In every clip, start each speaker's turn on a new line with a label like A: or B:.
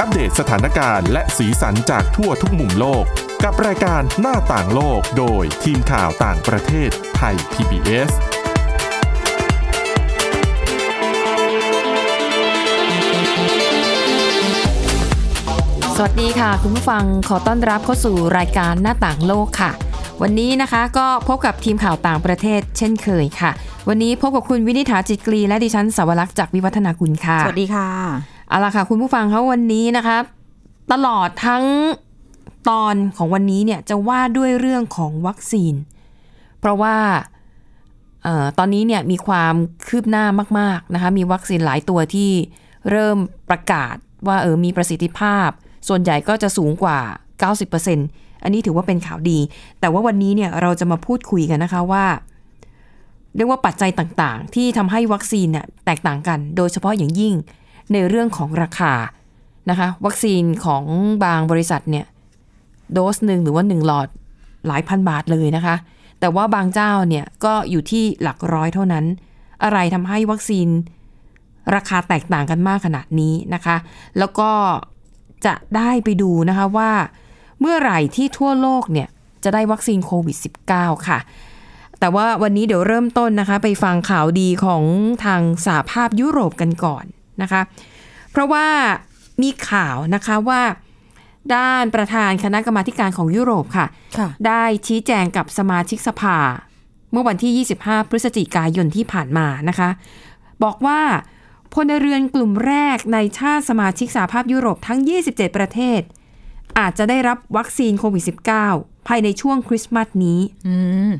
A: อัปเดตสถานการณ์และสีสันจากทั่วทุกมุมโลก กับรายการหน้าต่างโลกโดยทีมข่าวต่างประเทศไทย PBS
B: สวัสดีค่ะ คุณผู้ฟังขอต้อนรับเข้าสู่รายการหน้าต่างโลกค่ะ วันนี้นะคะก็พบกับทีมข่าวต่างประเทศเช่นเคยค่ะ วันนี้พบกับคุณวินิษฐาจิตกรีและดิฉันสาวรักษ์จากวิวัฒนาคุณค่ะ
C: สวัสดีค่ะ
B: เอาละค่ะ คุณผู้ฟังคะวันนี้นะคะ ตลอดทั้งตอนของวันนี้เนี่ยจะว่าด้วยเรื่องของวัคซีน เพราะว่าเออตอนนี้เนี่ยมีความคืบหน้ามากๆนะคะมีวัคซีนหลายตัวที่เริ่มประกาศว่าเออมีประสิทธิภาพ ส่วนใหญ่ก็จะสูงกว่า 90%อันนี้ถือว่าเป็นข่าวดี แต่ว่าวันนี้เนี่ยเราจะมาพูดคุยกันนะคะว่า เรียกว่าปัจจัยต่างๆ ที่ทำให้วัคซีนเนี่ยแตกต่างกัน โดยเฉพาะอย่างยิ่งในเรื่องของราคานะคะ วัคซีนของบางบริษัทเนี่ยโดสหนึ่งหรือว่า 1 หลอดหลายพันบาทเลยนะคะ แต่ว่าบางเจ้าเนี่ยก็อยู่ที่หลักร้อยเท่านั้น อะไรทำให้วัคซีนราคาแตกต่างกันมากขนาดนี้นะคะ แล้วก็จะได้ไปดูนะคะว่า เมื่อไหร่ที่ทั่วโลกเนี่ยจะได้วัคซีนโควิด -19 ค่ะ แต่ว่าวันนี้เดี๋ยวเริ่มต้นนะคะ ไปฟังข่าวดีของทางสหภาพยุโรปกันก่อนนะคะ เพราะว่ามีข่าวนะคะว่า ด้านประธานคณะกรรมาธิการของยุโรปค่ะ
C: ค่ะ
B: ได้ชี้แจงกับสมาชิกสภา เมื่อวันที่ 25 พฤศจิกายนที่ผ่านมานะคะ บอกว่าพลเรือนกลุ่มแรกในชาติสมาชิกสหภาพยุโรปทั้ง 27 ประเทศ อาจจะได้รับวัคซีนโควิด -19 ภายในช่วงคริสต์มาสนี้
C: อืม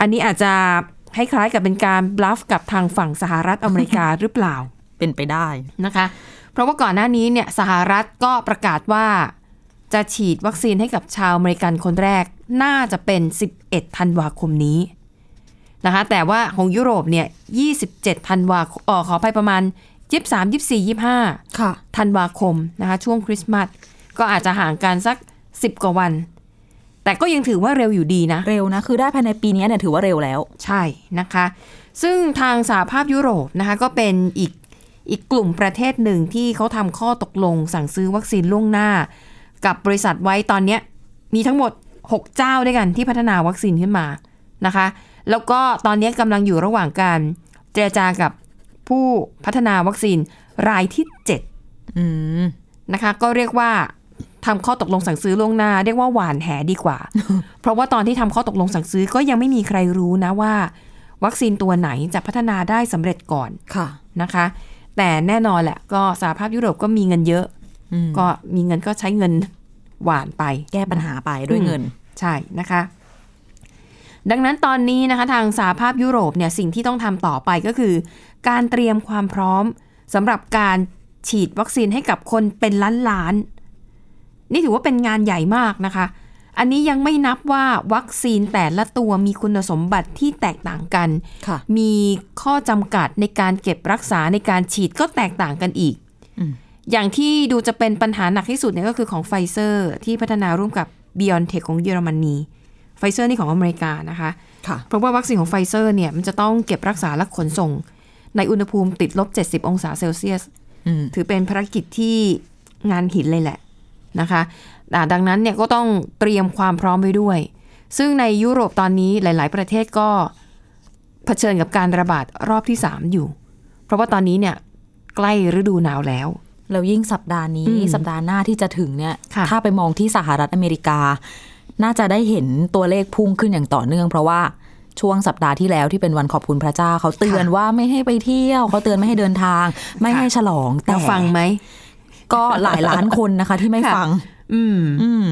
B: อันนี้อาจจะคล้ายๆกับเป็นการบลัฟกับทางฝั่งสหรัฐอเมริกา หรือเปล่า
C: เป็นไปได้
B: นะคะ เพราะว่าก่อนหน้านี้เนี่ยสหรัฐก็ประกาศว่า จะฉีดวัคซีนให้กับชาวอเมริกันคนแรกน่าจะเป็น 11 ธันวาคมนี้นะคะ แต่ว่าของยุโรปเนี่ย 27 ธันวาคมเอ่อขออภัยประมาณ 23 24 25
C: ค่ะ
B: ธันวาคมนะคะช่วงคริสต์มาสก็อาจจะห่างกันสัก 10 กว่าวัน แต่ก็ยังถือว่าเร็วอยู่ดีนะ
C: เร็วนะ คือได้ภายในปีนี้เนี่ยถือว่าเร็วแล้ว
B: ใช่นะคะ ซึ่งทางสหภาพยุโรปนะคะก็เป็นอีกอีกกลุ่มประเทศหนึ่งที่เขาทำข้อตกลงสั่งซื้อวัคซีนล่วงหน้า กับบริษัทไว้ตอนเนี้ยมีทั้งหมด 6 เจ้าด้วยกันที่พัฒนาวัคซีนขึ้นมานะคะ แล้วก็ตอนเนี้ยกำลังอยู่ระหว่างการเจรจากับผู้พัฒนาวัคซีนรายที่ 7
C: อืม
B: นะคะก็เรียกว่าทำข้อตกลงสั่งซื้อล่วงหน้า เรียกว่าหวานแหดีกว่า เพราะว่าตอนที่ทำข้อตกลงสั่งซื้อก็ยังไม่มีใครรู้นะว่า วัคซีนตัวไหนจะพัฒนาได้สำเร็จก่อน
C: ค่ะ
B: นะคะ แต่แน่นอนแหละก็สหภาพยุโรปก็มีเงินเยอะ
C: อืม
B: ก็มีเงินก็ใช้เงินหวานไป
C: แก้ปัญหาไปด้วยเงิน
B: ใช่นะคะ ดังนั้นตอนนี้นะคะทางสหภาพยุโรปเนี่ยสิ่งที่ต้องทำต่อไปก็คือ การเตรียมความพร้อมสำหรับการฉีดวัคซีนให้กับคนเป็นล้านล้านๆนี่ถือว่าเป็นงานใหญ่มากนะคะ อันนี้ยังไม่นับว่าวัคซีนแต่ละตัวมีคุณสมบัติที่แตกต่างกัน
C: ค่ะ
B: มีข้อจำกัดในการเก็บรักษาในการฉีดก็แตกต่างกันอีก
C: อืม
B: อย่างที่ดูจะเป็นปัญหาหนักที่สุดเนี่ยก็คือของไฟเซอร์ที่พัฒนาร่วมกับ b i o n t e c h ของเยอรมนีไฟเซอร์นี่ของอเมริกานะคะ
C: ค่ะ
B: เพราะว่าวัคซีนของไฟเซอร์เนี่ยมันจะต้องเก็บรักษาและขนส่ง ในอุณหภูมิติดลบ 70 องศาเซลเซียส
C: อืม
B: ถือเป็นภารกิจที่งานหินเลยแหละนะคะอ่าดังนั้นเนี่ยก็ต้องเตรียมความพร้อมไว้ด้วย ซึ่งในยุโรปตอนนี้หลาย ๆ ประเทศก็เผชิญกับการระบาดรอบที่ 3 อยู่ เพราะว่าตอนนี้เนี่ยใกล้ฤดูหนาวแล้ว
C: แล้วยิ่งสัปดาห์นี้
B: อืม
C: สัปดาห์หน้าที่จะถึงเนี่ย
B: ค่ะ
C: ถ้าไปมองที่สหรัฐอเมริกา น่าจะได้เห็นตัวเลขพุ่งขึ้นอย่างต่อเนื่อง เพราะว่าช่วงสัปดาห์ที่แล้วที่เป็นวันขอบคุณพระเจ้า เขาเตือนว่าไม่ให้ไปเที่ยวเขาเตือนไม่ให้เดินทาง ไม่ให้ฉลอง แต่
B: เราฟังไหม
C: ก็หลายล้านคนนะคะ ที่ไม่
B: ค่ะ
C: ฟัง
B: อืม
C: อืม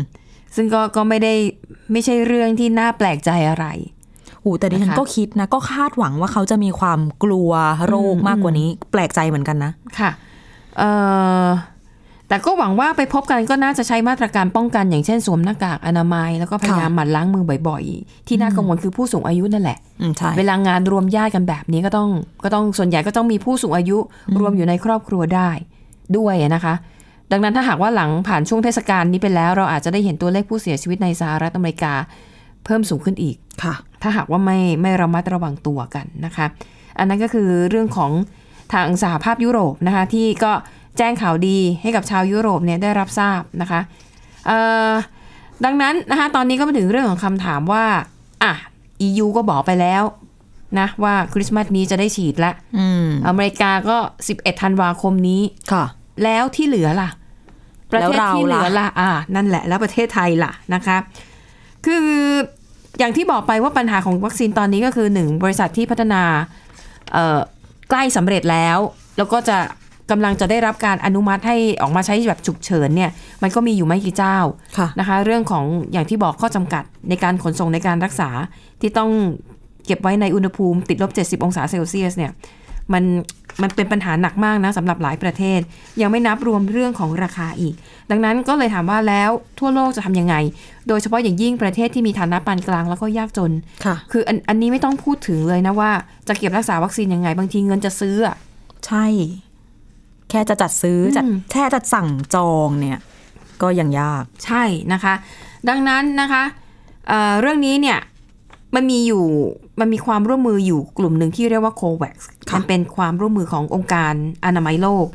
B: ซึ่งก็ก็ไม่ได้ไม่ใช่เรื่องที่น่าแปลกใจอะไร
C: โอ้แต่ดิฉั
B: นะ
C: น
B: คะ
C: ก็คิดนะก็คาดหวังว่าเขาจะมีความกลัวโรคมากกว่านี้ แปลกใจเหมือนกันนะ
B: ค่ะเอ่อแต่ก็หวังว่าไปพบกันก็น่าจะใช้มาตรการป้องกันอย่างเช่นสวมหน้ากากอนามัย แล้วก็พยายาม
C: ค่ะ
B: หมั่นล้างมือบ่อยๆ ที่น่ากังวลคือผู้สูงอายุนั่นแหละ
C: อืมใช่
B: เวลางานรวมญาติกันแบบนี้ก็ต้องก็ต้องส่วนใหญ่ก็ต้องมีผู้สูงอายุรวมอยู่ในครอบครัวได้ด้วยนะคะ ดังนั้นถ้าหากว่าหลังผ่านช่วงเทศกาลนี้ไปแล้ว เราอาจจะได้เห็นตัวเลขผู้เสียชีวิตในสหรัฐอเมริกา เพิ่มสูงขึ้นอีก
C: ค่ะ
B: ถ้าหากว่าไม่ไม่ระมัดระวังตัวกันนะคะ อันนั้นก็คือเรื่องของทางสหภาพยุโรปนะคะที่ก็ แจ้งข่าวดีให้กับชาวยุโรปเนี่ยได้รับทราบนะคะเอ่อดังนั้นนะคะตอนนี้ก็มาถึงเรื่องของคำถามว่าอ่ะ EU ก็บอกไปแล้วนะว่าคริสต์มาสนี้จะได้ฉีดละ
C: อืม
B: อเมริกาก็ 11 ธันวาคมนี้
C: ค่ะ
B: แล้วที่เหลือล่ะ ประ
C: แล้ว
B: เทศ
C: เรา
B: ที่เหลือ
C: ล่ะ
B: ล่ะ อ่า นั่นแหละ แล้วประเทศไทยล่ะนะคะ คืออย่างที่บอกไปว่าปัญหาของวัคซีนตอนนี้ก็คือหนึ่งบริษัทที่พัฒนาเอ่อใกล้สำเร็จแล้ว แล้วก็จะกำลังจะได้รับการอนุมัติให้ออกมาใช้แบบฉุกเฉินเนี่ย มันก็มีอยู่ไม่กี่เจ้า
C: ค่ะ
B: นะคะเรื่องของอย่างที่บอกข้อจำกัดในการขนส่งในการรักษาที่ต้องเก็บไว้ในอุณหภูมิติดลบ 70 องศาเซลเซียสเนี่ยมันมันเป็นปัญหาหนักมากนะสำหรับหลายประเทศ ยังไม่นับรวมเรื่องของราคาอีก ดังนั้นก็เลยถามว่าแล้วทั่วโลกจะทำยังไง โดยเฉพาะอย่างยิ่งประเทศที่มีฐานะปานกลางแล้วก็ยากจน
C: ค่ะ
B: คืออันอันนี้ไม่ต้องพูดถึงเลยนะว่าจะเก็บรักษาวัคซีนยังไง บางทีเงินจะซื้ออะ
C: ใช่ แค่จะจัดซื้ออ
B: ม
C: จัดแค่จะสั่งจองเนี่ย ก็ยังยาก
B: ใช่นะคะ ดังนั้นนะคะเอ่อเรื่องนี้เนี่ยมันมีอยู่มันมีความร่วมมืออยู่กลุ่มหนึ่งที่เรียกว่า COVAX
C: ค่ะ
B: มันเป็นความร่วมมือขององค์การอนามัยโลก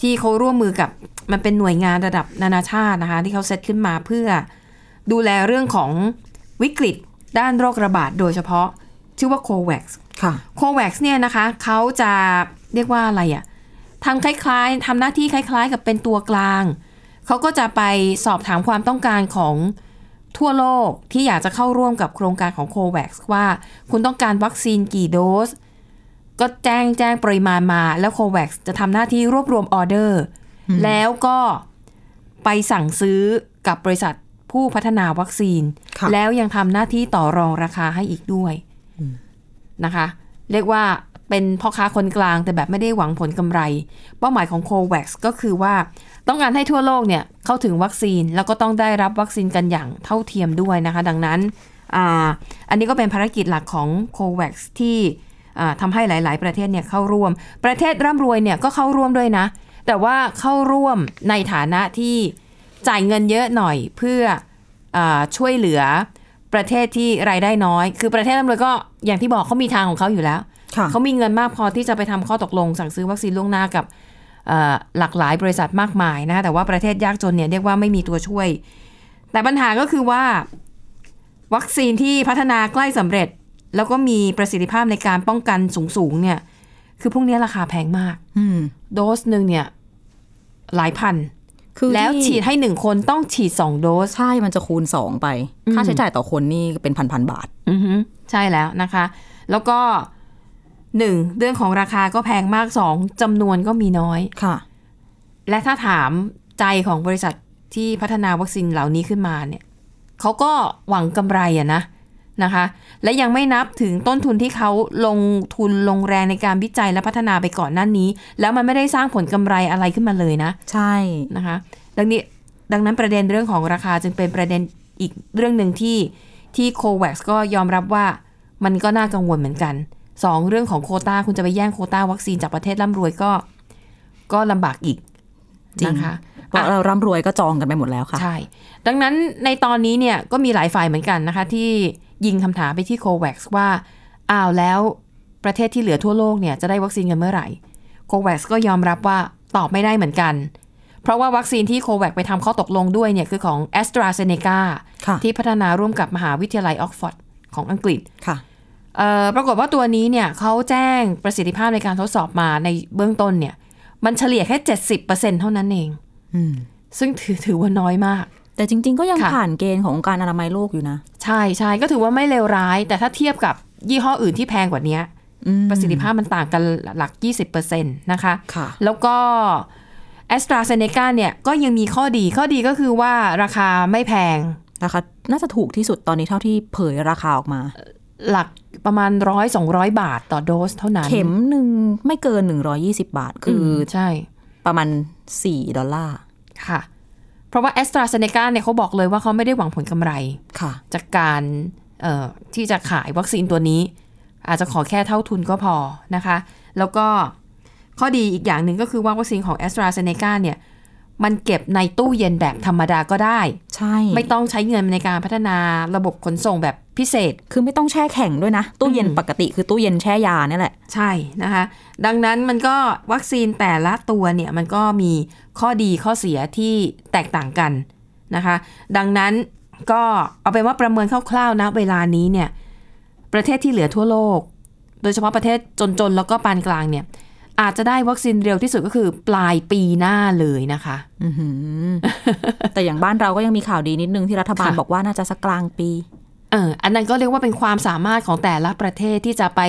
B: ที่เขาร่วมมือกับมันเป็นหน่วยงานระดับนานาชาตินะคะ ที่เขาเซตขึ้นมาเพื่อดูแลเรื่องของวิกฤตด้านโรคระบาดโดยเฉพาะ ชื่อว่า COVAX
C: ค่ะ
B: โควัคเนี่ยนะคะเขาจะเรียกว่าอะไรอะทำคล้ายๆทำหน้าที่คล้ายๆ กับเป็นตัวกลาง เขาก็จะไปสอบถามความต้องการของทั่วโลกที่อยากจะเข้าร่วมกับโครงการของโควัคว่าคุณต้องการวัคซีนกี่โดส ก็แจ้งแจ้งปริมาณมาแล้วโควัคจะทำหน้าที่รวบรวมออเดอร์ แล้วก็ไปสั่งซื้อกับบริษัทผู้พัฒนาวัคซีน
C: ค่ะ
B: แล้วยังทำหน้าที่ต่อรองราคาให้อีกด้วย นะคะ เรียกว่าเป็นพ่อค้าคนกลางแต่แบบไม่ได้หวังผลกำไร เป้าหมายของ c o v a x ก็คือว่าต้องการให้ทั่วโลกเนี่ยเข้าถึงวัคซีนแล้วก็ต้องได้รับวัคซีนกันอย่างเท่าเทียมด้วยนะคะ ดังนั้นอ่าอันนี้ก็เป็นภารกิจหลักของ c o v a x ที่อ่าทำให้หลาย ๆ ประเทศเนี่ยเข้าร่วม ประเทศร่ำรวยเนี่ยก็เข้าร่วมด้วยนะ แต่ว่าเข้าร่วมในฐานะที่จ่ายเงินเยอะหน่อยเพื่อ อ่าช่วยเหลือประเทศที่รายได้น้อย คือประเทศร่ำรวยก็อย่างที่บอกเขามีทางของเขาอยู่แล้ว
C: ค่ะ
B: เขามีเงินมากพอที่จะไปทำข้อตกลง สั่งซื้อวัคซีนล่วงหน้ากับเอ่อหลากหลายบริษัทมากมายนะคะแต่ว่าประเทศยากจนเนี่ยเรียกว่าไม่มีตัวช่วย แต่ปัญหาก็คือว่า วัคซีนที่พัฒนาใกล้สำเร็จ แล้วก็มีประสิทธิภาพในการป้องกันสูงๆเนี่ย คือพวกเนี้ยราคาแพงมาก
C: อืม
B: โดสหนึ่งเนี่ยหลายพัน
C: คือ
B: แล้ว
C: ที่
B: ฉีดให้หนึ่งคนต้องฉีดสองโดส
C: ใช่มันจะคูณสองไป
B: อืม
C: ค่าใช้จ่ายต่อคนนี่เป็นพันพันๆบาท
B: อือฮึใช่แล้วนะคะ แล้วก็หนึ่งเรื่องของราคาก็แพงมากสองจำนวนก็มีน้อย
C: ค่ะ
B: และถ้าถามใจของบริษัทที่พัฒนาวัคซีนเหล่านี้ขึ้นมาเนี่ยเขาก็หวังกำไรอะนะนะคะ และยังไม่นับถึงต้นทุนที่เขาลงทุนลงแรงในการวิจัยและพัฒนาไปก่อนหน้านี้ แล้วมันไม่ได้สร้างผลกำไรอะไรขึ้นมาเลยนะ
C: ใช่
B: นะคะดังนี้ดังนั้นประเด็นเรื่องของราคาจึงเป็นประเด็นอีกเรื่องหนึ่งที่ที่โควัคก็ยอมรับว่ามันก็น่ากังวลเหมือนกันสองเรื่องของโควตา้าคุณจะไปแย่งโควต้าวัคซีนจากประเทศร่ำรวยก็ก็ลำบากอีก
C: จริง
B: นะคะ
C: เพราะ
B: อ่ะ
C: เราร่ำรวยก็จองกันไปหมดแล้วค่ะ
B: ใช่ ดังนั้นในตอนนี้เนี่ยก็มีหลายฝ่ายเหมือนกันนะคะ ที่ยิงคำถามไปที่โควัคว่า อ้าวแล้วประเทศที่เหลือทั่วโลกเนี่ยจะได้วัคซีนกันเมื่อไหร่โควัคก็ยอมรับว่าตอบไม่ได้เหมือนกัน เพราะว่าวัคซีนที่โควัคไปทำข้อตกลงด้วยเนี่ยคือของ a s t r a z e ซ e c a
C: ค่ะ
B: ที่พัฒนาร่วมกับมหาวิทยาลัยออกฟอร์ดของอังกฤษ
C: ค่ะ
B: เอ่อปรากฏว่าตัวนี้เนี่ยเขาแจ้งประสิทธิภาพในการทดสอบมาในเบื้องต้นเนี่ยมันเฉลี่ยแค่70%เท่านั้นเอง
C: อืม
B: ซึ่งถือถือว่าน้อยมาก
C: แต่จริง ๆ ก็ยัง
B: ค่ะ
C: ผ่านเกณฑ์ขององค์การอนามัยโลกอยู่นะ
B: ใช่ใช่ก็ถือว่าไม่เลวร้าย แต่ถ้าเทียบกับยี่ห้ออื่นที่แพงกว่านี้
C: อืม
B: ประสิทธิภาพมันต่างกันหลัก 20%นะคะ
C: ค่ะ
B: แล้วก็ a s t r a z e ซ e c a เนี่ยก็ยังมีข้อดีข้อดีก็คือว่าราคาไม่แพง
C: ราคาน่าจะถูกที่สุดตอนนี้เท่าที่เผยราคาออกมา
B: หลักประมาณ 100-200 บาทต่อโดสเท่านั้น
C: เข็มหนึ่งไม่เกิน 120 บาท คื
B: ม
C: ออ
B: ใช่
C: ประมาณ 4 ดอลลาร์
B: ค่ะ เพราะว่า a s t r a z e ซ e c a เนี่ยเขาบอกเลยว่าเขาไม่ได้หวังผลกำไร
C: ค่ะ
B: จากการเอ่อที่จะขายวัคซีนตัวนี้ อาจจะขอแค่เท่าทุนก็พอนะคะ แล้วก็ข้อดีอีกอย่างหนึ่งก็คือว่าวัคซีนของ a s t r a z e ซ e c a เนี่ยมันเก็บในตู้เย็นแบบธรรมดาก็ได้
C: ใช่
B: ไม่ต้องใช้เงินในการพัฒนาระบบขนส่งแบบ พิเศษ
C: คือไม่ต้องแช่แข็งด้วยนะ ตู้เย็นปกติคือตู้เย็นแช่ยาเนี่ยแหละ
B: ใช่นะคะ ดังนั้นมันก็วัคซีนแต่ละตัวเนี่ยมันก็มีข้อดีข้อเสียที่แตกต่างกันนะคะ ดังนั้นก็เอาเป็นว่าประเมินคร่าวๆนะเวลานี้เนี่ยประเทศที่เหลือทั่วโลก โดยเฉพาะประเทศจนๆแล้วก็ปานกลางเนี่ยอาจจะได้วัคซีนเร็วที่สุดก็คือปลายปีหน้าเลยนะคะ
C: แต่อย่างบ้านเราก็ยังมีข่าวดีนิดนึงที่รัฐบาล
B: ค่ะ
C: บอกว่าน่าจะสักกลางปี
B: เอออันนั้นก็เรียกว่าเป็นความสามารถของแต่ละประเทศที่จะไป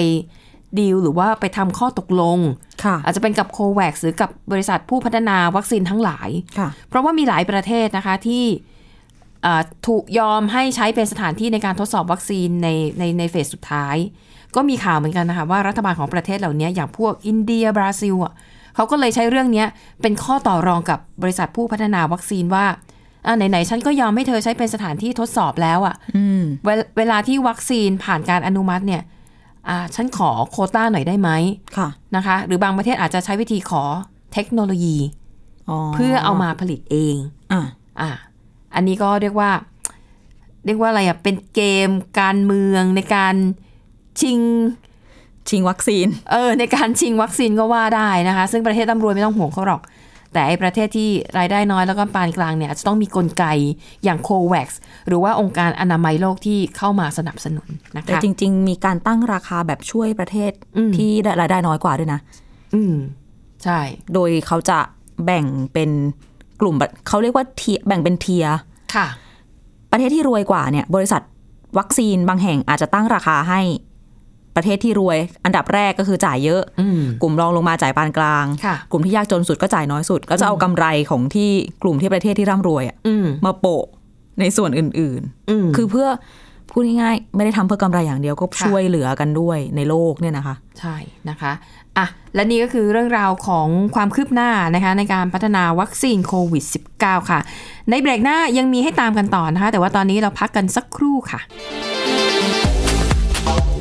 B: ดีลหรือว่าไปทำข้อตกลง
C: ค่ะ
B: อาจจะเป็นกับโควัคหรือกับบริษัทผู้พัฒนาวัคซีนทั้งหลาย
C: ค่ะ
B: เพราะว่ามีหลายประเทศนะคะที่เอ่อถูกยอมให้ใช้เป็นสถานที่ในการทดสอบวัคซีนในในในเฟสสุดท้าย ก็มีข่าวเหมือนกันนะคะว่ารัฐบาลของประเทศเหล่านี้อย่างพวกอินเดียบราซิลอ่ะเขาก็เลยใช้เรื่องเนี้ยเป็นข้อต่อรองกับบริษัทผู้พัฒนาวัคซีนว่าอ่ะไหนๆฉันก็ยอมให้เธอใช้เป็นสถานที่ทดสอบแล้วอ่ะ
C: อืม
B: เวลเวลาที่วัคซีนผ่านการอนุมัติเนี่ยอ่าฉันขอโควต้าหน่อยได้ไหม
C: ค่ะ
B: นะคะ หรือบางประเทศอาจจะใช้วิธีขอเทคโนโลยี เพื่อเอามาผลิตเอง
C: อ่ะ
B: อ่าอันนี้ก็เรียกว่า เรียกว่าอะไรอะเป็นเกมการเมืองในการชิง
C: ชิงวัคซีน
B: เออในการชิงวัคซีนก็ว่าได้นะคะ ซึ่งประเทศร่ำรวยไม่ต้องห่วงเขาหรอก แต่ไอประเทศที่รายได้น้อยแล้วก็ปานกลางเนี่ยอาจจะต้องมีกลไกอย่างโควัคหรือว่าองค์การอนามัยโลกที่เข้ามาสนับสนุนนะคะ
C: แต่จริง ๆ มีการตั้งราคาแบบช่วยประเทศ
B: อืม
C: ที่รายได้น้อยกว่าด้วยนะ
B: อืม ใช่
C: โดยเขาจะแบ่งเป็นกลุ่มแบบเขาเรียกว่าเทียแบ่งเป็นเทียร์
B: ค่ะ
C: ประเทศที่รวยกว่าเนี่ยบริษัทวัคซีนบางแห่งอาจจะตั้งราคาให้ประเทศที่รวย อันดับแรกก็คือจ่ายเยอะ
B: อืม
C: กลุ่มรองลงมาจ่ายปานกลาง
B: ค่ะ
C: กลุ่มที่ยากจนสุดก็จ่ายน้อยสุด ก็จะเอากำไรของที่กลุ่มที่ประเทศที่ร่ำรวยอะ
B: อืม
C: มาโปะในส่วนอื่น
B: อืม
C: ๆ คือเพื่อพูดง่ายๆไม่ได้ทำเพื่อกำไรอย่างเดียวก็ช่วยเหลือกันด้วยในโลกเนี่ยนะคะ
B: ใช่นะคะ อ่ะ และนี่ก็คือเรื่องราวของความคืบหน้านะคะ ในการพัฒนาวัคซีนโควิด -19 ค่ะ ในเบรกหน้ายังมีให้ตามกันต่อนะคะ แต่ว่าตอนนี้เราพักกันสักครู่ค่ะ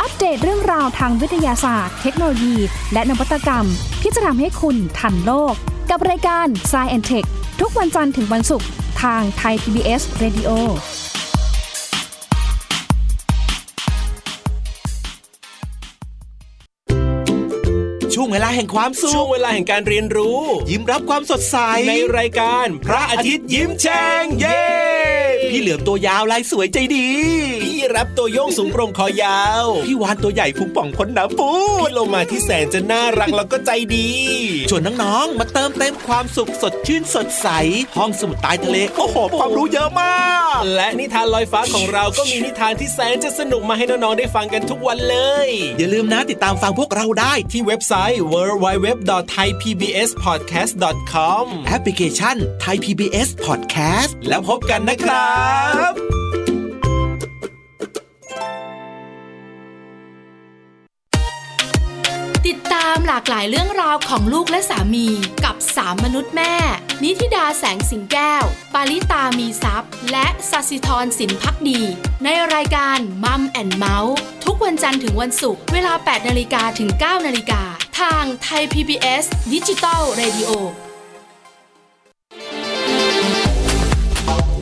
D: อัปเดตเรื่องราวทางวิทยาศาสตร์ เทคโนโลยี และนวัตกรรม ที่จะทำให้คุณทันโลก กับรายการ s c i e n t e c h ทุกวันจันทร์ถึงวันศุกร์ทางไทย PBS Radio
E: ช่วงเวลาแห่งความสุ
F: ช่วง
E: ข
F: เวลาแห่งการเรียนรู้
E: ยิ้มรับความสดใส
F: ในรายการพระอาทิตย์ยิ้มแฉ่งเย้
E: พี่เหลือมตัวยาวลายสวยใจดี
F: พี่รับตัวโยงสูงโปร่งคอยาว
E: พี่วานตัวใหญ่พุงป่องพ้นหน้ำปู
F: พู
E: ด
F: ดลงมาที่แสนจะน่ารักแล้วก็ใจดี
E: ชวนน้องๆมาเติมเต็มความสุขสดชื่นสดใส ห้องสมุดใต้ทะเล โอ้โห ความรู้เยอะมาก
F: และนิทานลอยฟ้าของเราก็มีนิทานที่แสนจะสนุกมาให้น้องๆได้ฟังกันทุกวันเลย
E: อย่าลืมนะติดตามฟังพวกเราได้ที่
F: ที่เว็บไซต์ www.thaipbspodcast.com
E: แอปพลิเคชันไทย PBS Podcast
F: แล้วพบกันนะครับ
G: ติดตามหลากหลายเรื่องราวของลูกและสามีกับสามมนุษย์แม่ นิธิดาแสงสิงแก้ว ปาริตามีซัพ์และสัสิธรสินพักดี ในรายการมัมแอนเมาส์ทุกวันจันทร์ถึงวันศุกร์เวลา 8นาฬิกาถึง 9นาฬิกาทางไทย PBS ดิจิตอล Radio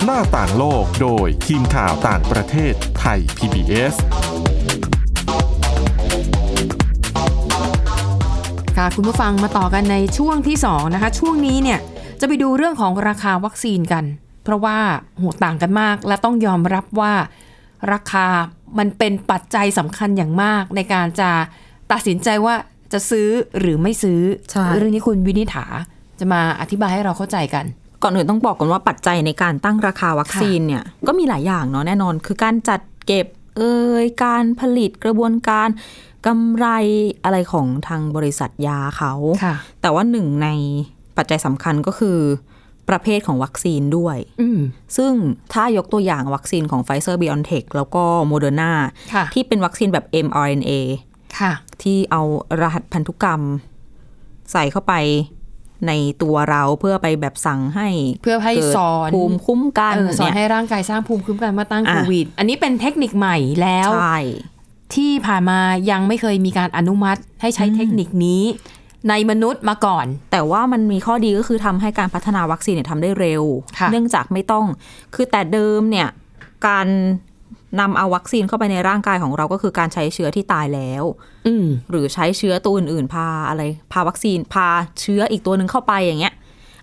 A: หน้าต่างโลกโดยทีมข่าวต่างประเทศไทย PBS
B: ค่ะคุณผู้ฟังมาต่อกันในช่วงที่ 2 นะคะ ช่วงนี้เนี่ยจะไปดูเรื่องของราคาวัคซีนกัน เพราะว่าโหต่างกันมาก และต้องยอมรับว่าราคามันเป็นปัจจัยสำคัญอย่างมาก ในการจะตัดสินใจว่าจะซื้อหรือไม่ซื้อ
C: ใช่
B: เรื่องนี้คุณวินิษฐาจะมาอธิบายให้เราเข้าใจกัน
C: ก่อนอื่นต้องบอกก่อนว่าปัจจัยในการตั้งราคาวัคซีนเนี่ยก็มีหลายอย่างเนาะแน่นอน คือการจัดเก็บเอ่ยการผลิตกระบวนการกำไรอะไรของทางบริษัทยาเขา
B: ค่ะ
C: แต่ว่าหนึ่งในปัจจัยสำคัญก็คือ ประเภทของวัคซีนด้วย
B: อืม
C: ซึ่งถ้ายกตัวอย่างวัคซีนของ p f i z e r b i o n t e c h แล้วก็ Moderna
B: ค่ะ
C: ที่เป็นวัคซีนแบบ mRNA
B: ค่ะ
C: ที่เอารหัสพันธุกรรม ใส่เข้าไปในตัวเราเพื่อไปแบบสั่งให้
B: เพื่อให้
C: กิด
B: สอน
C: ภูมิคุ้มกัน
B: เออสอน
C: เย
B: ให้ร่างกายสร้างภูมิคุ้มกันมาตั้ง
C: อ่ะ
B: โควิด อันนี้เป็นเทคนิคใหม่แล้ว
C: ใช่
B: ที่ผ่านมายังไม่เคยมีการอนุมัติให้ใช้เทคนิคนี้ ในมนุษย์มาก่อน
C: แต่ว่ามันมีข้อดีก็คือทำให้การพัฒนาวัคซีนเนี่ยทำได้เร็ว
B: ค่ะ
C: เนื่องจากไม่ต้อง คือแต่เดิมเนี่ยการนำเอาวัคซีนเข้าไปในร่างกายของเราก็คือการใช้เชื้อที่ตายแล้ว
B: อืม
C: หรือใช้เชื้อตัวอื่นๆพาอะไร พาวัคซีนพาเชื้ออีกตัวหนึ่งเข้าไปอย่างเงี้ย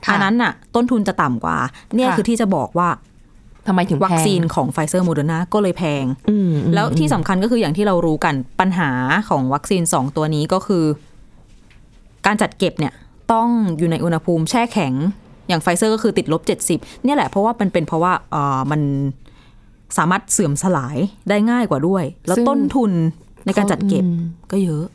B: ค่ะ
C: อันนั้นน่ะต้นทุนจะต่ำกว่า เนี่ย
B: ค่ะ
C: คือที่จะบอกว่า
B: ทำไมถึงแพง
C: วัคซีนของไฟเซอร์โมเดอร์นาก็เลยแพง
B: อืมอืม
C: แล้วที่สำคัญก็คืออย่างที่เรารู้กันปัญหาของวัคซีน 2 ตัวนี้ก็คือ การจัดเก็บเนี่ยต้องอยู่ในอุณหภูมิแช่แข็ง อย่างไฟเซอร์ก็คือติดลบ 70 เนี่ยแหละเพราะว่ามันเป็นเพราะว่าเอ่อมันสามารถเสื่อมสลายได้ง่ายกว่าด้วย แล้วต้นทุนในการจัดเก็บ
B: อืม
C: ก็เยอะ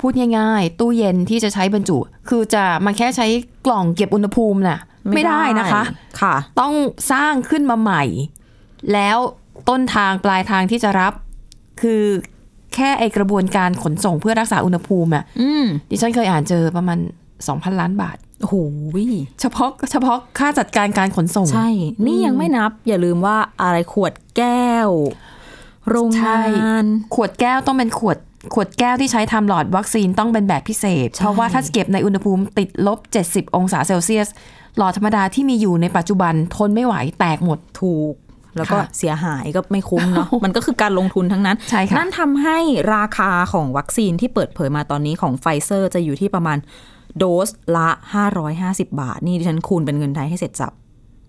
B: พูดง่ายๆ ตู้เย็นที่จะใช้บรรจุ คือจะมาแค่ใช้กล่องเก็บอุณหภูมิน่ะ ไม่ได้นะคะ
C: ค่ะ
B: ต้องสร้างขึ้นมาใหม่ แล้วต้นทางปลายทางที่จะรับ คือแค่ไอกระบวนการขนส่งเพื่อรักษาอุณหภูมิอ่ะ
C: อืม
B: ดิฉันเคยอ่านเจอประมาณ 2,000 ล้านบาท
C: โอ้โห
B: เฉพาะเฉพาะค่าจัดการการขนส่ง
C: ใช่ นี่ยังไม่นับ อย่าลืมว่าอะไรขวดแก้ว โรง
B: ใช่
C: งาน
B: ขวดแก้วต้องเป็นขวด ขวดแก้วที่ใช้ทำหลอดวัคซีนต้องเป็นแบบพิเศษ เพราะว่าถ้าเก็บในอุณหภูมิติดลบ 70 องศาเซลเซียส หลอดธรรมดาที่มีอยู่ในปัจจุบันทนไม่ไหวแตกหมด
C: ถูก แล้วก็
B: ค่ะ
C: เสียหายก็ไม่คุ้มเนาะ มันก็คือการลงทุนทั้งนั้น
B: ใช่ค่ะ
C: นั่นทำให้ราคาของวัคซีนที่เปิดเผยมาตอนนี้ของไฟเซอร์จะอยู่ที่ประมาณโดสละ 550 บาท นี่ดิฉันคูณเป็นเงินไทยให้เสร็จสับ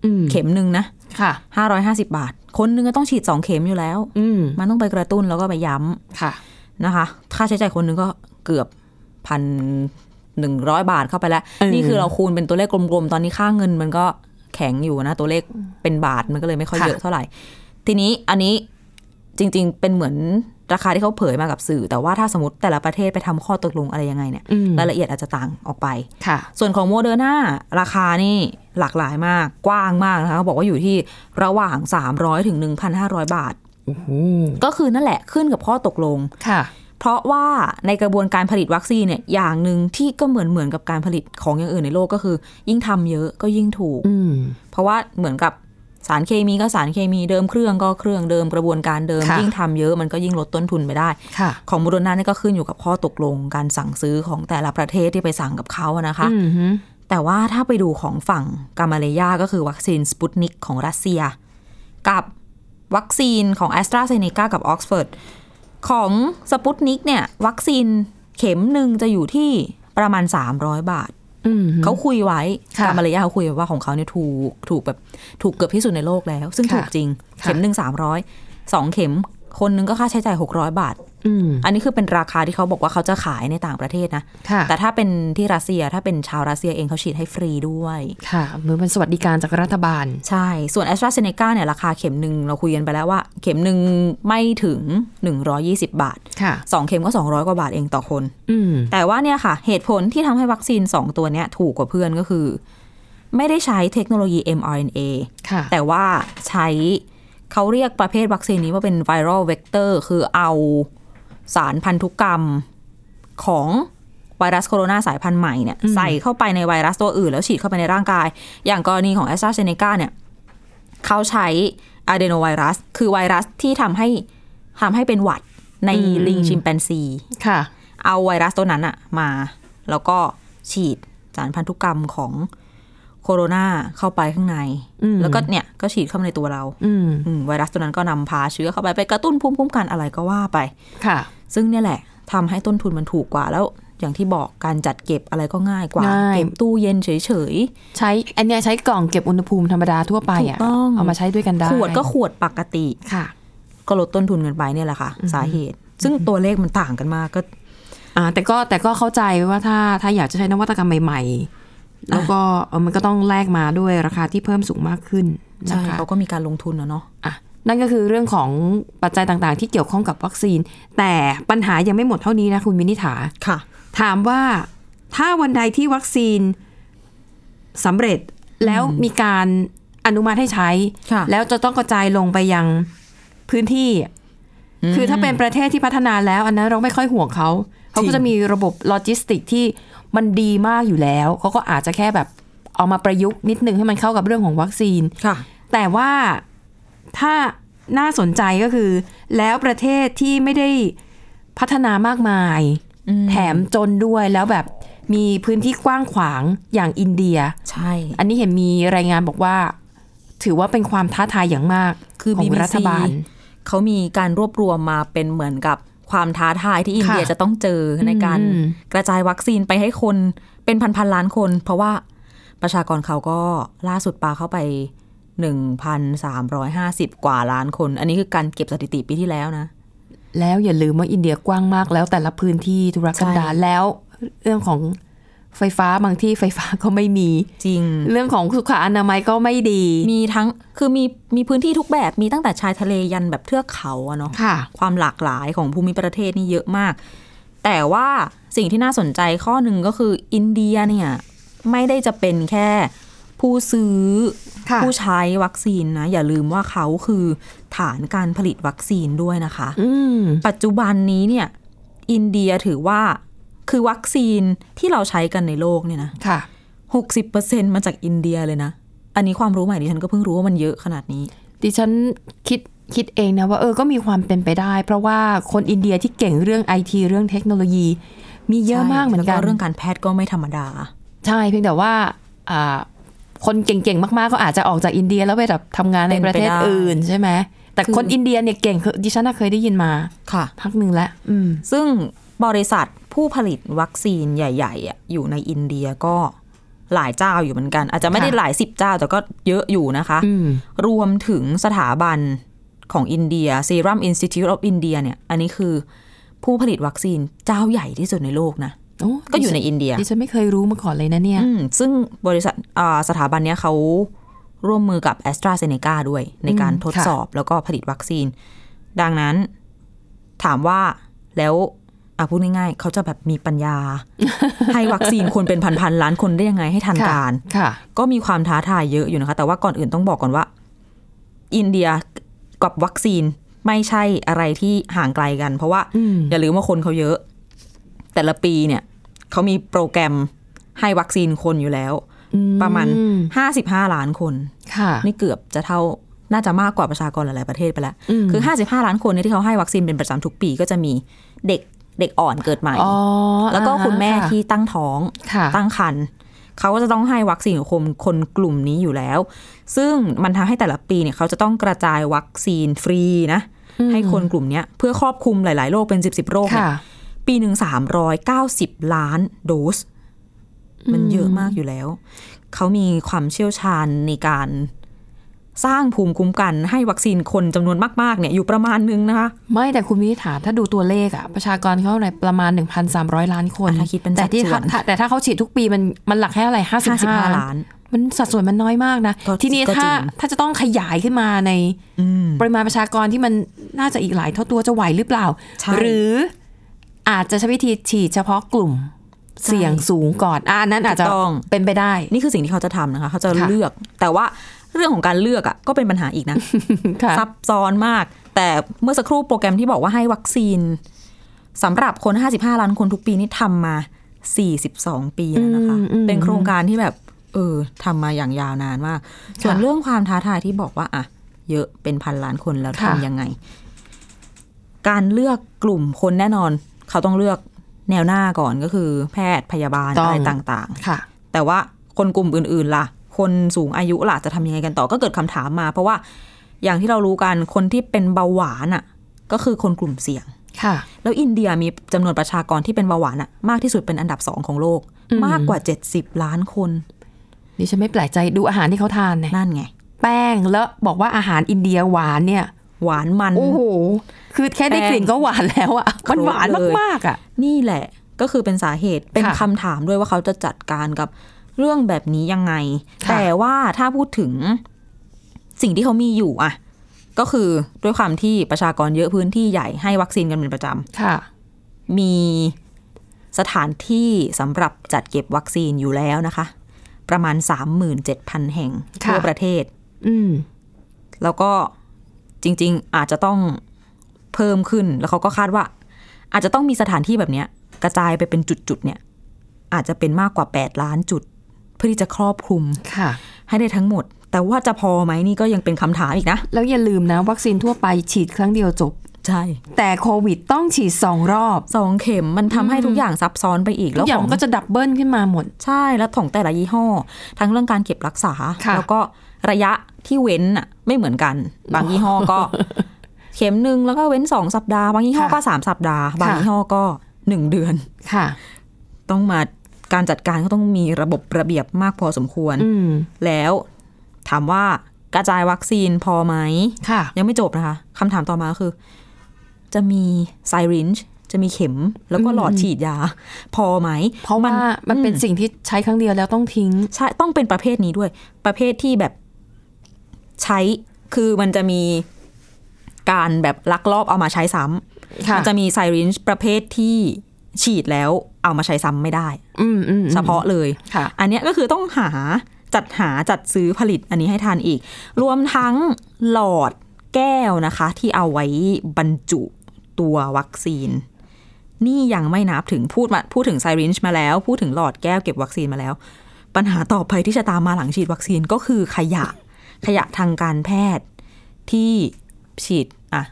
B: อืม
C: เข็มหนึ่งนะ
B: ค่ะ
C: 550 บาท คนหนึงก็ต้องฉีด 2 เข็มอยู่แล้ว
B: อืม
C: มันต้องไปกระตุ้นแล้วก็ไปย้ำ
B: ค่ะ
C: นะคะค่าใช้จ่ายคนหนึ่งก็เกือบพันหนึ่งร้อยบาทเข้าไปแล้ว
B: เออ
C: นี่คือเราคูณเป็นตัวเลขกลมๆ ตอนนี้ค่าเงินมันก็แข็งอยู่นะ ตัวเลขเป็นบาทมันก็เลยไม่ค่อย
B: ค่ะ
C: เยอะเท่าไหร่ ทีนี้อันนี้จริงๆ เป็นเหมือนราคาที่เขาเผยมากับสื่อ แต่ว่าถ้าสมมติแต่ละประเทศไปทำข้อตกลงอะไรยังไงเนี่ย
B: อืม
C: รายละเอียดอาจจะต่างออกไป
B: ค่ะ
C: ส่วนของโมเดอร์นาราคานี่หลากหลายมากกว้างมากนะคะเขาบอกว่าอยู่ที่ระหว่าง 300ถึง1,500 บาท
B: โอ้โห
C: ก็คือนั่นแหละขึ้นกับข้อตกลง
B: ค่ะ
C: เพราะว่าในกระบวนการผลิตวัคซีนเนี่ยอย่างหนึ่งที่ก็เหมือนเหมือนกับการผลิตของอย่างอื่นในโลกก็คือ ยิ่งทำเยอะก็ยิ่งถูก
B: อืม
C: เพราะว่าเหมือนกับสารเคมีก็สารเคมีเดิมเครื่องก็เครื่องเดิมกระบวนการเดิม
B: ค่ะ
C: ยิ่งทำเยอะมันก็ยิ่งลดต้นทุนไปได้
B: ค่ะ
C: ของโมโดอร์นาเนี่ยก็ขึ้นอยู่กับข้อตกลงการสั่งซื้อของแต่ละประเทศที่ไปสั่งกับเขาอะนะคะ
B: อืมฮึ
C: แต่ว่าถ้าไปดูของฝั่งกามาเลยาก็คือวัคซีนสปุตนิกของรัสเซีย กับวัคซีนของแอสตราเซเนกากับออกซฟอร์ดของสปุตนิกเนี่ยวัคซีนเข็มหนึ่งจะอยู่ที่ประมาณ 300 บาท
B: อืมฮึ
C: เขาคุยไว้
B: ค่ะ
C: กามาเลยาเขาคุยไว้ว่าของเขาเนี่ยถูกถูกแบบถูกเกือบที่สุดในโลกแล้ว ซึ่ง
B: ค่ะ
C: ถูกจริง
B: ค่ะ
C: เข็มหนึ่งสามร้อยสองเข็ม คนหนึงก็ค่าใช้จ่าย600 บาท
B: อืม
C: อันนี้คือเป็นราคาที่เขาบอกว่าเขาจะขายในต่างประเทศนะ
B: ค่ะ
C: แต่ถ้าเป็นที่รัสเซียถ้าเป็นชาวรัสเซียเองเขาฉีดให้ฟรีด้วย
B: ค่ะเหมือนเป็นสวัสดิการจากรัฐบาล
C: ใช่ ส่วน a s t r a z เซ e c a เนี่ยราคาเข็มหนึ่งเราคุยกันไปแล้วว่า เข็มหนึ่งไม่ถึง 120 บาท
B: ค่ะ
C: 2 เข็มก็ 200 กว่าบาทเองต่อคน
B: อืม
C: แต่ว่าเนี่ยค่ะ เหตุผลที่ทำให้วัคซีน 2 ตัวเนี้ยถูกกว่าเพื่อนก็คือ ไม่ได้ใช้เทคโนโลยี mRNA
B: ค่ะ
C: แต่ว่าใช้เขาเรียกประเภทวัคซีนนี้ว่าเป็น viral vector คือเอาสารพันธุกรรมของไวรัสโคโรนาสายพันธุ์ใหม่เนี่ยใส่เข้าไปในไวรัสตัวอื่น แล้วฉีดเข้าไปในร่างกาย อย่างกรณีของ a s t r a z เซ e c a เนี่ยเขาใช้อะเดโนไวรัส คือไวรัสที่ทำให้ทำให้เป็นหวัดใน
B: อืม
C: ลิงชิมแปนซี
B: ค่ะ
C: เอาไวรัสตัวนั้นอะมา แล้วก็ฉีดสารพันธุกรรมของโคโรนาเข้าไปข้างใน
B: อืม
C: แล้วก็เนี่ยก็ฉีดเข้ามาในตัวเรา
B: อืม
C: อืมไวรัสตัวนั้นก็นำพาเชื้อเข้าไปไปกระตุ้นภูมิคุ้มกันอะไรก็ว่าไป
B: ค่ะ
C: ซึ่งเนี่ยแหละทำให้ต้นทุนมันถูกกว่าแล้ว อย่างที่บอกการจัดเก็บอะไรก็ง่ายกว่า เก็บตู้เย็นเฉย
B: ใช้อันเนี้ยใช้กล่องเก็บอุณหภูมิธรรมดาทั่วไปอ่ะ
C: ถูกต้อง
B: เอามาใช้ด้วยกันได้
C: ๆ ขวดก็ขวดปกติ
B: ค่ะ
C: ก็ลดต้นทุนกันไปเนี่ยแหละค่ะ สาเหตุ ซึ่งตัวเลขมันต่างกันมากก็
B: อ่าแต่ก็แต่ก็เข้าใจว่าถ้าถ้าอยากจะใช้นวัตกรรมใหม่ ๆ แล้วก็เออมันก็ต้องแลกมาด้วยราคาที่เพิ่มสูงมากขึ้น
C: ใช่
B: นะคะ
C: เขาก็มีการลงทุนนะเนาะ
B: อ่ะนั่นก็คือเรื่องของปัจจัยต่างๆ ที่เกี่ยวข้องกับวัคซีน แต่ปัญหายังไม่หมดเท่านี้นะคุณมินิถา
C: ค่ะ
B: ถามว่าถ้าวันใดที่วัคซีนสำเร็จ แล้วมีการอนุมัติให้ใช้
C: ค่ะ
B: แล้วจะต้องกระจายลงไปยังพื้นที่ คือถ้าเป็นประเทศที่พัฒนาแล้ว อันนั้นเราไม่ค่อยห่วงเขา เขาก็จะมีระบบโลจิสติกที่มันดีมากอยู่แล้ว เขาก็อาจจะแค่แบบเอามาประยุกต์นิดนึงให้มันเข้ากับเรื่องของวัคซีน
C: ค่ะ
B: แต่ว่าถ้าน่าสนใจก็คือ แล้วประเทศที่ไม่ได้พัฒนามากมาย แถมจนด้วยแล้วแบบมีพื้นที่กว้างขวางอย่างอินเดีย
C: ใช่
B: อันนี้เห็นมีรายงานบอกว่า ถือว่าเป็นความท้าทายอย่างมาก
C: คือ
B: ของ
C: BBC
B: รัฐบาล
C: เขามีการรวบรวมมาเป็นเหมือนกับความท้าทายที่อินเดีย
B: ค่ะ
C: จะต้องเจอในการ
B: อืม
C: กระจายวัคซีนไปให้คนเป็นพันพันๆล้านคน เพราะว่าประชากรเขาก็ล่าสุดปาเข้าไป 1,350 กว่าล้านคน อันนี้คือการเก็บสถิติปีที่แล้วนะ
B: แล้วอย่าลืมว่าอินเดียกว้างมากแล้วแต่ละพื้นที่ธุรกันดาร
C: ใช่
B: แล้วเรื่องของไฟฟ้าบางที่ไฟฟ้าก็ไม่มี
C: จริง
B: เรื่องของสุขอนามัยก็ไม่ดี
C: มีทั้งคือมีมีพื้นที่ทุกแบบมีตั้งแต่ชายทะเลยันแบบเทือกเขาอะเนาะ
B: ค่ะ
C: ความหลากหลายของภูมิประเทศนี่เยอะมาก แต่ว่าสิ่งที่น่าสนใจข้อหนึ่งก็คืออินเดียเนี่ยไม่ได้จะเป็นแค่ผู้ซื้อ
B: ค่ะ
C: ผู้ใช้วัคซีนนะ อย่าลืมว่าเขาคือฐานการผลิตวัคซีนด้วยนะคะ
B: อืม
C: ปัจจุบันนี้เนี่ยอินเดียถือว่าคือวัคซีนที่เราใช้กันในโลกเนี่ยนะ
B: ค่ะ
C: หกสิบเปอร์เซ็นมาจากอินเดียเลยนะ อันนี้ความรู้ใหม่ดิฉันก็เพิ่งรู้ว่ามันเยอะขนาดนี้
B: ดิฉันคิดคิดเองนะว่าเออก็มีความเป็นไปได้ เพราะว่าคนอินเดียที่เก่งเรื่องไอทีเรื่องเทคโนโลยี มีเยอะมากเหมือน
C: ใช่
B: กั
C: แล้
B: น
C: วเรื่องการแพทย์ก็ไม่ธรรมดา
B: ใช่เพียงแต่ว่าอ่าคนเก่งๆ มากๆ ก็อาจจะออกจากอินเดียแล้วไปแบบทำงานใน
C: เป็น
B: ป
C: ไประ
B: เทศ
C: ได้
B: อื่นใช่ไหมแต่
C: คือ
B: คนอินเดียเนี่ยเก่งคือดิฉันน่ะเคยได้ยินมา
C: ค่ะ
B: พักหนึ่งแล้วอืม
C: ซึ่งบริษัทผู้ผลิตวัคซีนใหญ่ๆอ่ะอยู่ในอินเดียก็หลายเจ้าอยู่เหมือนกัน อาจจะไม่ได้
B: ค่ะ
C: หลายสิบเจ้าแต่ก็เยอะอยู่นะคะ
B: อืม
C: รวมถึงสถาบันของอินเดีย Serum Institute of India เนี่ย อันนี้คือผู้ผลิตวัคซีนเจ้าใหญ่ที่สุดในโลกนะ
B: โอ้
C: ก็อยู่ในอินเดีย
B: ดิฉันไม่เคยรู้มาก่อนเลยนะเนี่ย
C: อืมซึ่งบริษัทอ่าสถาบันเนี้ยเขาร่วมมือกับ a s t r a z เซ e c a ด้วย ในการ
B: อืม
C: ทด
B: ค่ะ
C: สอบแล้วก็ผลิตวัคซีน ดังนั้นถามว่าแล้วอ่ะพูดง่ายๆ เขาจะแบบมีปัญ ญา ให้วัคซีนคนเป็นพันๆล้านคนได้ยังไงให้ทัน
B: ค่ะ
C: การ
B: ค่ะ
C: ก็มีความท้าทายเยอะอยู่นะคะ แต่ว่าก่อนอื่นต้องบอกก่อนว่า อินเดียกับวัคซีนไม่ใช่อะไรที่ห่างไกลกัน เพราะว่า
B: อืม
C: อย่าลืมว่าคนเขาเยอะ แต่ละปีเนี่ยเขามีโปรแกรมให้วัคซีนคนอยู่แล้ว ประมาณ
B: อื
C: 55 ล้านคน
B: ค่ะ
C: นี่เกือบจะเท่าน่าจะมากกว่าประชากรหลาย ๆ ประเทศไปแล้ว
B: อืม
C: คือ 55 ล้านคนเนี่ยที่เขาให้วัคซีนเป็นประจำทุกปีก็จะมีเด็กเด็กอ่อนเกิดใหม่
B: อ๋อ
C: แล้วก็คุณแม่ที่ตั้งท้อง
B: ค่ะ
C: ตั้งครรภ์เขาก็จะต้องให้วัคซีนกับคนคนกลุ่มนี้อยู่แล้ว ซึ่งมันทำให้แต่ละปีเนี่ยเขาจะต้องกระจายวัคซีนฟรีนะ ให้คนกลุ่มเนี้ยเพื่อครอบคลุมหลาย ๆ โรคเป็น 10บสโรคเนี่
B: ค่ะ
C: ยปีหนึ่ง390 ล้านโดส มันเยอะมากอยู่แล้ว เขามีความเชี่ยวชาญในการสร้างภูมิคุ้มกันให้วัคซีนคนจำนวนมาก ๆ เนี่ยอยู่ประมาณนึงนะคะ
B: ไม่แต่คุณวินิษฐาถ้าดูตัวเลขอะประชากรเขาในประมาณ 1,300 ล้านคน
C: อ่ะถ้าคิดเป็น
B: แต่ที่
C: สัดส่วน
B: ถ้าแต่ถ้าเขาฉีดทุกปีมันมันหลักแค่อะไร 55
C: 55
B: ล้า
C: ล้าน น
B: มันสัดส่วนมันน้อยมากนะ
C: ก็
B: ทีนี้
C: ก็จริง
B: ถ้าถ้าจะต้องขยายขึ้นมาใน
C: อืม
B: ปริมาณประชากรที่มันน่าจะอีกหลายเท่าตัวจะไหวหรือเปล่า
C: ใช่
B: หรืออาจจะใช้วิธีฉีดเฉพาะกลุ่มเสี่ยงสูงก่อนอะอันนั้นอาจจะ
C: ถูกต้อง
B: เป็นไปได้
C: นี่คือสิ่งที่เขาจะทำนะคะ เขาจะ
B: ค่ะ
C: เลือก แต่ว่าเรื่องของการเลือกอ่ะก็เป็นปัญหาอีกนะ
B: ค่ะ
C: ซับซ้อนมาก แต่เมื่อสักครู่โปรแกรมที่บอกว่าให้วัคซีนสำหรับคน 55 ล้านคนทุกปีนี่ทำมา 42 ปีแล้วนะคะ
B: อืมอืม
C: เป็นโครงการที่แบบ เออทำมาอย่างยาวนานมาก ส่วน
B: ค่ะ
C: เรื่องความท้าทายที่บอกว่าอ่ะเยอะเป็นพันล้านคนแล้ว
B: ค่ะ
C: ทำยังไง การเลือกกลุ่มคนแน่นอน เขาต้องเลือกแนวหน้าก่อนก็คือ แพทย์พยาบาลอะไรต่างๆ
B: ค่ะ
C: แต่ว่าคนกลุ่มอื่นๆล่ะ คนสูงอายุล่ะจะทำยังไงกันต่อก็เกิดคำถามมา เพราะว่าอย่างที่เรารู้กันคนที่เป็นเบาหวานอ่ะ ก็คือคนกลุ่มเสี่ยง
B: ค่ะ
C: แล้วอินเดียมีจำนวนประชากรที่เป็นเบาหวานอ่ะมากที่สุดเป็นอันดับสองของโลก
B: อืม
C: มากกว่า 70 ล้านคน
B: นี่ฉันไม่แปลกใจดูอาหารที่เขาทานเนี่ย
C: นั่นไง
B: แป้งแล้วบอกว่าอาหารอินเดียหวานเนี่ย
C: หวานมัน
B: โอ้โห คือแค่ได้
C: แป้ง
B: กลิ่นก็หวานแล้วอะ
C: ครบ
B: มันหวาน
C: เลย
B: มากๆอะ
C: นี่แหละก็คือเป็นสาเหตุเป็น
B: ค่ะ
C: คำถามด้วยว่าเขาจะจัดการกับเรื่องแบบนี้ยังไง
B: ค่ะ
C: แต่ว่าถ้าพูดถึงสิ่งที่เขามีอยู่อะก็คือด้วยความที่ประชากรเยอะพื้นที่ใหญ่ให้วัคซีนกันเป็นประจ
B: ค่ะ
C: ำมีสถานที่สำหรับจัดเก็บวัคซีนอยู่แล้วนะคะ ประมาณ 37,000 แห่งทั่ว
B: ค่ะ
C: ประเทศ
B: อืม
C: แล้วก็จริง ๆ อาจจะต้องเพิ่มขึ้นแล้วเขาก็คาดว่า อาจจะต้องมีสถานที่แบบเนี้ย กระจายไปเป็นจุดๆเนี่ย อาจจะเป็นมากกว่า 8 ล้านจุด เพื่อที่จะครอบคลุม
B: ค่ะ
C: ให้ได้ทั้งหมด แต่ว่าจะพอไหมนี่ก็ยังเป็นคำถามอีกนะ
B: แล้วอย่าลืมนะ วัคซีนทั่วไปฉีดครั้งเดียวจบ
C: ใช่
B: แต่โควิดต้องฉีดสองรอบ
C: สองเข็มมันทำให้ทุกอย่างซับซ้อนไปอีก
B: ทุกอย่าง
C: ข
B: มันก็จะดับเบิลขึ้นมาหมด
C: ใช่แล้วของแต่ละยี่ห้อ ทั้งเรื่องการเก็บรักษา
B: ค่ะ
C: แล้วก็ระยะที่เว้นอ่ะไม่เหมือนกัน บางยี่ห้อก็ เข็มหนึ่งแล้วก็เว้นสองสัปดาห์ บางยี่ห้อ
B: ค่ะ
C: ก็สามสัปดาห์ บาง
B: ค่ะ
C: ยี่ห้อก็หนึ่งเดือน
B: ค่ะ
C: ต้องมาการจัดการก็ต้องมีระบบระเบียบมากพอสมควร
B: อืม
C: แล้วถามว่ากระจายวัคซีนพอไหม
B: ค่ะ
C: ยังไม่จบนะคะคำถามต่อมาคือ จะมีไซรินจ์จะมีเข็มแล้วก็หลอดฉีดยา พอไหม
B: เพราะว่ามันเป็น
C: อื
B: สิ่งที่ใช้ครั้งเดียวแล้วต้องทิ้ง
C: ใช่ต้องเป็นประเภทนี้ด้วย ประเภทที่แบบใช้คือมันจะมีการแบบลักลอบเอามาใช้ซ้ำ
B: ค่ะ
C: มัจะมีไซรินจ์ประเภทที่ฉีดแล้วเอามาใช้ซ้ำไม่ได้
B: อืมอืมอืม
C: เฉพาะเลย
B: ค่ะ
C: อันเนี้ยก็คือต้องหาจัดหาจัดซื้อผลิตอันนี้ให้ทันอีก รวมทั้งหลอดแก้วนะคะ ที่เอาไว้บรรจุตัววัคซีน นี่ยังไม่นับถึงพูดมาพูดถึงไซรินจ์มาแล้ว พูดถึงหลอดแก้วเก็บวัคซีนมาแล้ว ปัญหาต่อไปที่จะตามมาหลังฉีดวัคซีนก็คือขยะขยะทางการแพทย์ที่ฉีดอ่ะ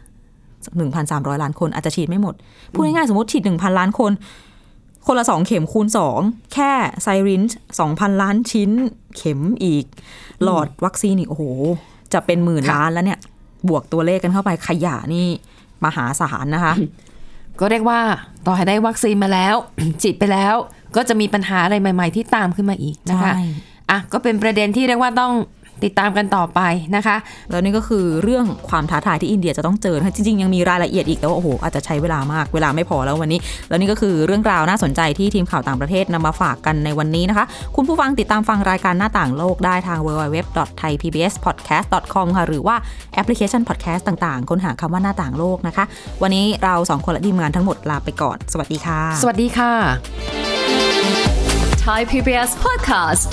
C: 1,300 ล้านคนอาจจะฉีดไม่หมด พูดง่ายๆสมมติฉีด 1,000 ล้านคน คนละ 2 เข็มคูณ 2 แค่ไซรินจ์2,000 ล้านชิ้น เข็มอีก หลอดวัคซีนอีก โอ้โห จะเป็นหมื่นล้านแล้วเนี่ย บวกตัวเลขกันเข้าไปขยะนี่มหาศาลนะคะ
B: ก็เรียกว่าต่อให้ได้วัคซีนมาแล้ว ฉีดไปแล้ว ก็จะมีปัญหาอะไรใหม่ ๆ ที่ตามขึ้นมาอีกนะคะ
C: ใช่
B: อ่ะ ก็เป็นประเด็นที่เรียกว่าต้องติดตามกันต่อไปนะคะ
C: แล้วนี่ก็คือเรื่องความท้าทายที่อินเดียจะต้องเจอนะคะจริง ๆ ยังมีรายละเอียดอีกแต่ว่าโอ้โหอาจจะใช้เวลามากเวลาไม่พอแล้ววันนี้ แล้วนี่ก็คือเรื่องราวน่าสนใจที่ทีมข่าวต่างประเทศนำมาฝากกันในวันนี้นะคะ คุณผู้ฟังติดตามฟังรายการหน้าต่างโลกได้ทาง www.thaipbspodcast.com ค่ะ หรือว่าแอปพลิเคชัน podcast ต่างๆ ค้นหาคำว่าหน้าต่างโลกนะคะ วันนี้เราสองคนและทีมงานทั้งหมดลาไปก่อนสวัสดีค่ะ
B: สวัสดีค่ะ
H: Thai PBS podcast.